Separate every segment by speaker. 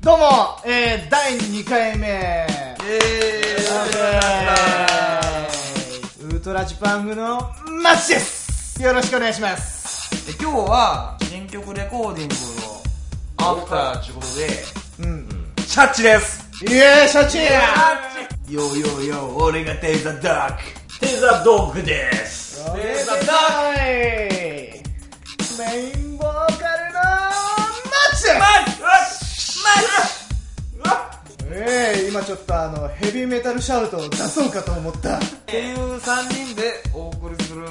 Speaker 1: どうも、えー、第2回目イエーイウルトラジパングのマッチですよろしくお願いします
Speaker 2: で今日は新曲レコーディングのアフターちゅうことで
Speaker 1: うん
Speaker 2: シャッチです
Speaker 1: イエーイシャチ
Speaker 2: よーよーよー俺がテイザーダーク
Speaker 3: テーザードッグです。
Speaker 1: レ
Speaker 2: ーザーダ
Speaker 1: メインボーカルのマッチ
Speaker 2: マッマ
Speaker 1: えー、今ちょっとあのヘビーメタルシャウトを出そうかと思った
Speaker 2: っていう3人でお送りする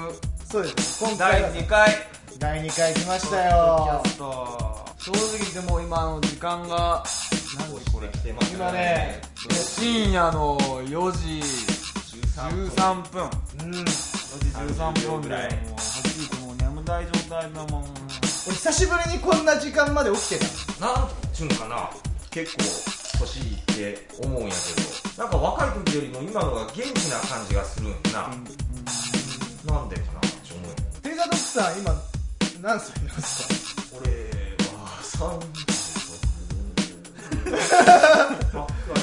Speaker 1: そうです今
Speaker 2: 第
Speaker 1: 回は
Speaker 2: 2回
Speaker 1: 第2回来ました
Speaker 2: キャ
Speaker 1: よ
Speaker 2: スト正直でも今あの時間が何時これ
Speaker 1: 今ね
Speaker 2: 深夜の4時13分
Speaker 1: うん俺
Speaker 2: 4時13分ぐらいもうはっきりともう眠たい状態だもん
Speaker 1: 久しぶりにこんな時間まで起きてた
Speaker 3: なんちゅうんかな、結構欲しいって思うんやけど、なんか若い時よりも今のが元気な感じがするんやな。なんでかなって思うよ。
Speaker 1: テイザードックさん今何歳なんですか
Speaker 3: 俺は三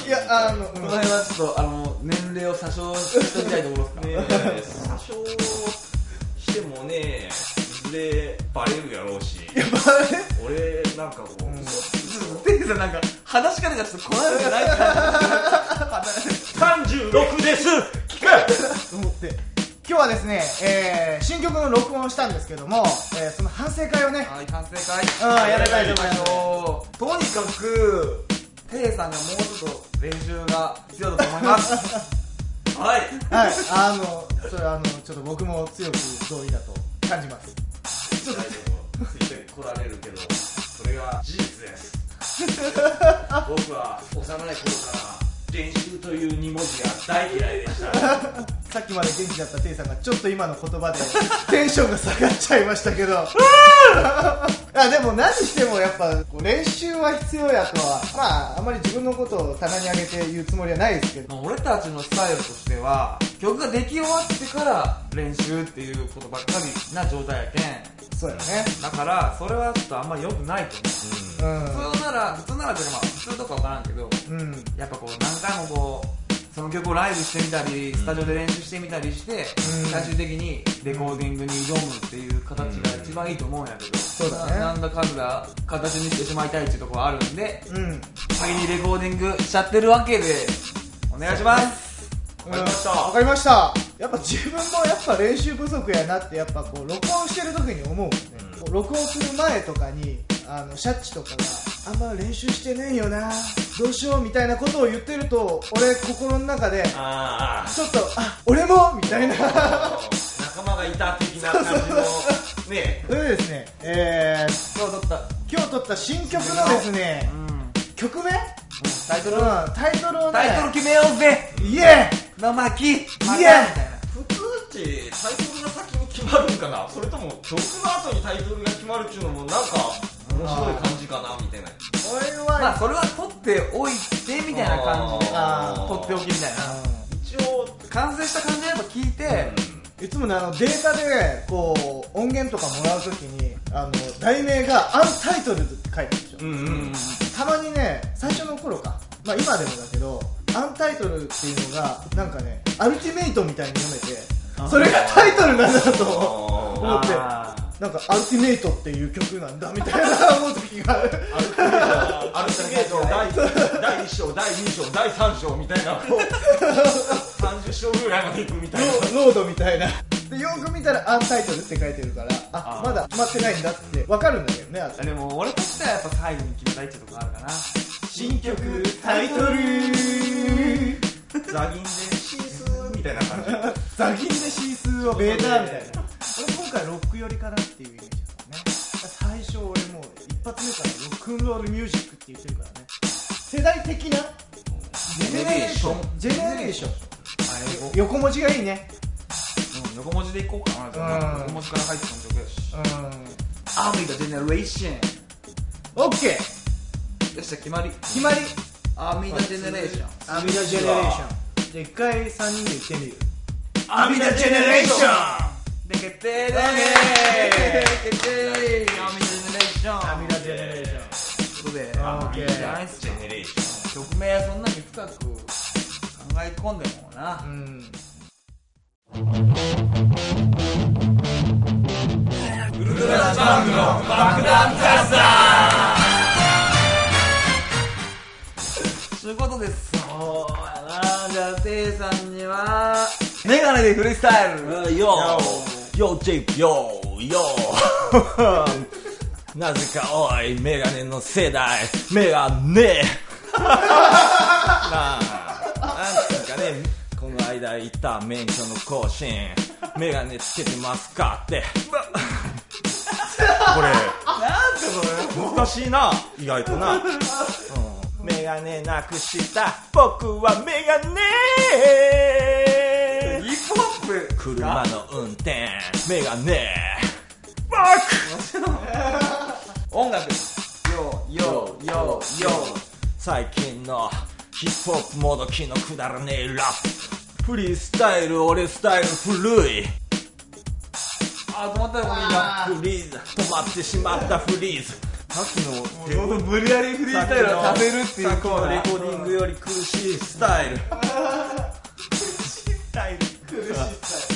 Speaker 1: いやあの、
Speaker 2: この辺はちょっとあの年齢を詐称してみたいところですか
Speaker 3: ねえ、詐称してもね、いずれバレるやろうし、俺なんかこう、
Speaker 2: テイさんなんか話し方がちょっとこなれてないから
Speaker 3: 36です
Speaker 1: と思って今日はですね、えー新曲の録音をしたんですけども、えーその反省会をね
Speaker 2: はい反省会
Speaker 1: うんやりたいと思います
Speaker 2: すとにかくテイさんがもうちょっと練習が必要だと思います
Speaker 3: はい
Speaker 1: はいあのそれあのちょっと僕も強く同意だと感じます
Speaker 3: ちょっとついてこられるけど、それが事実 です。僕は幼い頃から練習という二文字が大嫌いでした。
Speaker 1: さっきまで元気だったテイさんがちょっと今の言葉でテンションが下がっちゃいましたけどあでも何してもやっぱこう練習は必要やとはまああまり自分のことを棚に上げて言うつもりはないですけど
Speaker 2: 俺たちのスタイルとしては曲が出来終わってから練習っていうことばっかりな状態やけん
Speaker 1: そうやね
Speaker 2: だからそれはちょっとあんま良くないと思う普通なら普通ならというかまあ普通とかわからんけど
Speaker 1: うんうん
Speaker 2: やっぱこう何回もこうその曲をライブしてみたりスタジオで練習してみたりして、最終的にレコーディングに挑むっていう形が一番いいと思うんやけど、
Speaker 1: そうだね
Speaker 2: なんだかんだ形にしてしまいたいっていうところはあるんで
Speaker 1: うん
Speaker 2: 先にレコーディングしちゃってるわけでお願いします
Speaker 1: わかりました。わかりました。やっぱ自分もやっぱ練習不足やなってやっぱこう録音してる時に思う、ね
Speaker 3: うん
Speaker 1: こう録音する前とかにあのシャッチとかがあんま練習してねえよなどうしようみたいなことを言ってると俺心の中で
Speaker 3: あ
Speaker 1: ちょっとあ俺もみたいな
Speaker 3: あ、仲間がいた的な感じの、ね
Speaker 1: それでですね、えー、
Speaker 2: 今日撮った
Speaker 1: 今日撮った新曲のですね
Speaker 2: うん
Speaker 1: 曲名、う
Speaker 2: タイトル、
Speaker 1: ん、タイトルをね
Speaker 2: タイトル決めようぜ
Speaker 1: イエ
Speaker 2: の巻きい
Speaker 1: イエーイ
Speaker 3: 普通ってタイトルが先に決まるんかなそれとも曲の後にタイトルが決まるっていうのもなんか面白い感じかなみたいな。
Speaker 1: 俺
Speaker 2: まあ
Speaker 1: は、
Speaker 2: それは撮っておいてみたいな感じで
Speaker 1: あー
Speaker 2: 撮っておきみたいな
Speaker 3: 一応、
Speaker 2: 完成した感じでやっぱ聞いて、
Speaker 1: いつもね、あのデータでこう音源とかもらうときにあの題名が「アンタイトルズ」って書いてあるでしょ、
Speaker 3: うんうんうん。
Speaker 1: たまにね最初の頃か、まあ、今でもだけどアンタイトルっていうのがなんかねアルティメイトみたいに読めてそれがタイトルなんだと
Speaker 3: あ
Speaker 1: 思って
Speaker 2: あー
Speaker 1: なんかアルティメイトっていう曲なんだみたいな思う時がある
Speaker 3: アルティメート、アルティメート第、第1章、第2章、第3章みたいな、こう、30章ぐらいまでいくみたいな。
Speaker 1: ロロードみたいなでよく見たら「アンタイトル」って書いてるからあ
Speaker 2: あー
Speaker 1: まだ決まってないんだって分かるんだけどねあと
Speaker 2: でも俺としてはやっぱ最後に決めたいってとこあるかな
Speaker 1: 新曲タイトル
Speaker 3: ザギンでシースーみたいな感じ。
Speaker 1: ザギンでシースーをベータみたいな俺今回ロック寄りかなっていうイメージだったね最初俺もう一発目からロックンロールミュージックって言ってるからね世代的なジェネレーションジェネレーション横文字がいいね
Speaker 2: うん横文字でいこうかなじ
Speaker 1: うん
Speaker 2: ゃあ横文字から入ってた曲やし
Speaker 1: うん
Speaker 2: アーミーがジェネレーションよ
Speaker 1: オッケー
Speaker 2: っしゃ決まり
Speaker 1: 決まり
Speaker 2: アーミーがジェネレーション
Speaker 1: アミダジェネレーション
Speaker 2: ジ
Speaker 1: じゃあ一回三人で行ってみる
Speaker 3: 阿弥陀ジェネレーショ
Speaker 2: で決定で
Speaker 1: わ
Speaker 2: ー決定アミダジェネレーション
Speaker 1: アミラジェネレーション
Speaker 2: ということで
Speaker 1: あ
Speaker 3: ン
Speaker 1: オッケー
Speaker 2: いいじゃないっす
Speaker 3: ジ
Speaker 2: か
Speaker 3: ェネレーション
Speaker 2: 曲名はそんなに深く考え込んでもな、
Speaker 1: うん
Speaker 2: そういうことですそうやなじゃあせいさんにはメガネでフリースタイル
Speaker 3: よーよージェイクよーよ ーなぜかおいメガネの世代メガネ なあなんつうかねこの間行った免許の更新メガネつけてますかって これ
Speaker 2: なんてこ
Speaker 3: 難しいな意外とな、うん、メガネなくした僕はメガネ
Speaker 2: れヒップホップ
Speaker 3: 車の運転メガネバ
Speaker 2: 音楽よよよよ
Speaker 3: 最近のヒップホップもどきのくだらねえラップフリースタイル俺スタイル古い
Speaker 2: あ止まったよこれ今
Speaker 3: フリーズ止まってしまったフリーズ
Speaker 2: さっきの
Speaker 1: どんどん無理やりフリースタイルを食べるっていう
Speaker 3: このレコーディングより苦しいスタイルよーよ
Speaker 2: よよよよよよよよ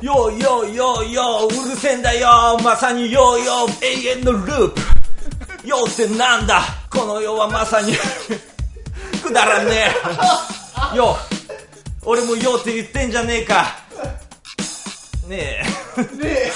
Speaker 3: ーよーよーうるせえんだよまさによーよー永遠のループよーってなんだこの世はまさに くだらねえよー俺もよーって言ってんじゃねえかねえ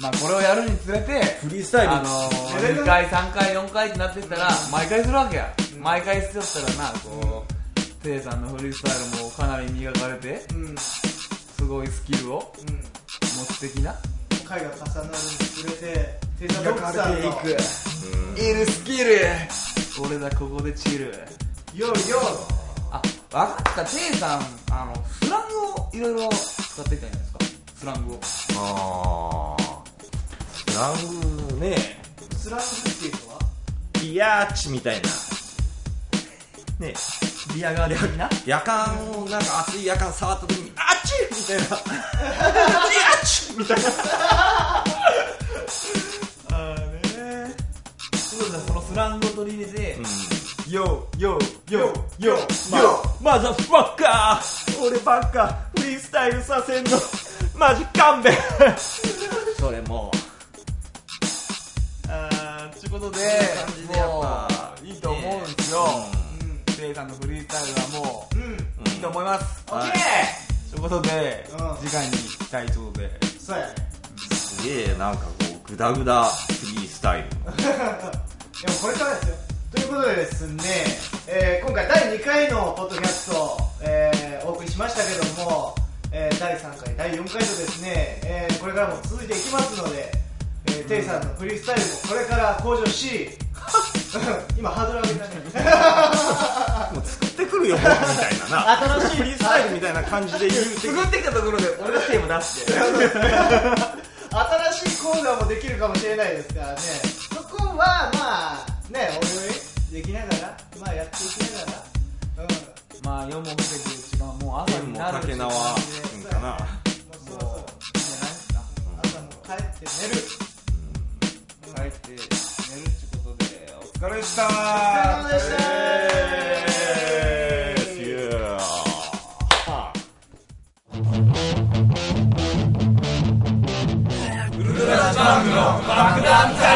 Speaker 2: まあこれをやるにつれて
Speaker 3: フリースタイル
Speaker 2: あのー、2回3回4回ってなってったら毎回するわけや、毎回しちゃったらなこうせいさんのフリースタイルもかなり磨かれて
Speaker 1: うんうん
Speaker 2: すごいスキルを持ってきな
Speaker 1: 回が重なるにつれてテザドクさんの
Speaker 2: いるスキル俺らここでチル
Speaker 1: よいよ
Speaker 2: あ分かったせいさんあのスラングをいろいろ使っていったんじゃないですかスラングを
Speaker 3: あーラングね
Speaker 1: スラングっていうのは
Speaker 3: ビアーチみたいなねえ
Speaker 2: ビアガーで吐きな
Speaker 3: 夜間をなんか熱い夜間触った時に「あっち!」みたいな「あっち!」みたい な
Speaker 1: あーね
Speaker 2: そうだそのスラングを取り入れて、
Speaker 1: よよ
Speaker 2: よ
Speaker 1: よ
Speaker 3: まマザファッカー俺ばっかフリースタイルさせんのマジ勘弁それも
Speaker 2: あーちゅうことで
Speaker 3: 感じでやっぱ
Speaker 2: もういいと思うんですよ、
Speaker 1: うん
Speaker 2: せいさんのフリースタイルはも
Speaker 1: うん
Speaker 2: ういいと思います、
Speaker 1: オッ
Speaker 3: はい
Speaker 1: ケ
Speaker 2: ということで、
Speaker 1: うん
Speaker 2: 次回に行きたいということで
Speaker 1: ーそうやね
Speaker 3: すげえなんかこうグダグダフリースタイル
Speaker 1: でもこれからですよということでですね、えー今回第2回のポッドキャストを、えーお送りしましたけども、えー第3回第4回とですね、えーこれからも続いていきますので、えーテイさんのフリースタイルもこれから向上し今ハードル上げたね
Speaker 3: もう作ってくるよ僕みたいなな 新しいフリースタイルみたいな感 じで言うて
Speaker 2: 作ってきたところで俺がテーマ出して
Speaker 1: 新しいコーナーもできるかもしれないですからねそこはまあねおいおいできながらまあやっていきながらうん
Speaker 2: まあ世も見てくる時間はもう朝に
Speaker 3: も
Speaker 2: なる
Speaker 3: かけ縄う
Speaker 1: も
Speaker 3: んかな
Speaker 1: うそろ
Speaker 2: も
Speaker 1: そうろ
Speaker 2: いいんじゃないですか
Speaker 1: 朝もう帰って寝る
Speaker 2: 帰って寝るってことでお疲れでした
Speaker 1: お疲れ様でした
Speaker 3: えーいやー
Speaker 2: 爆弾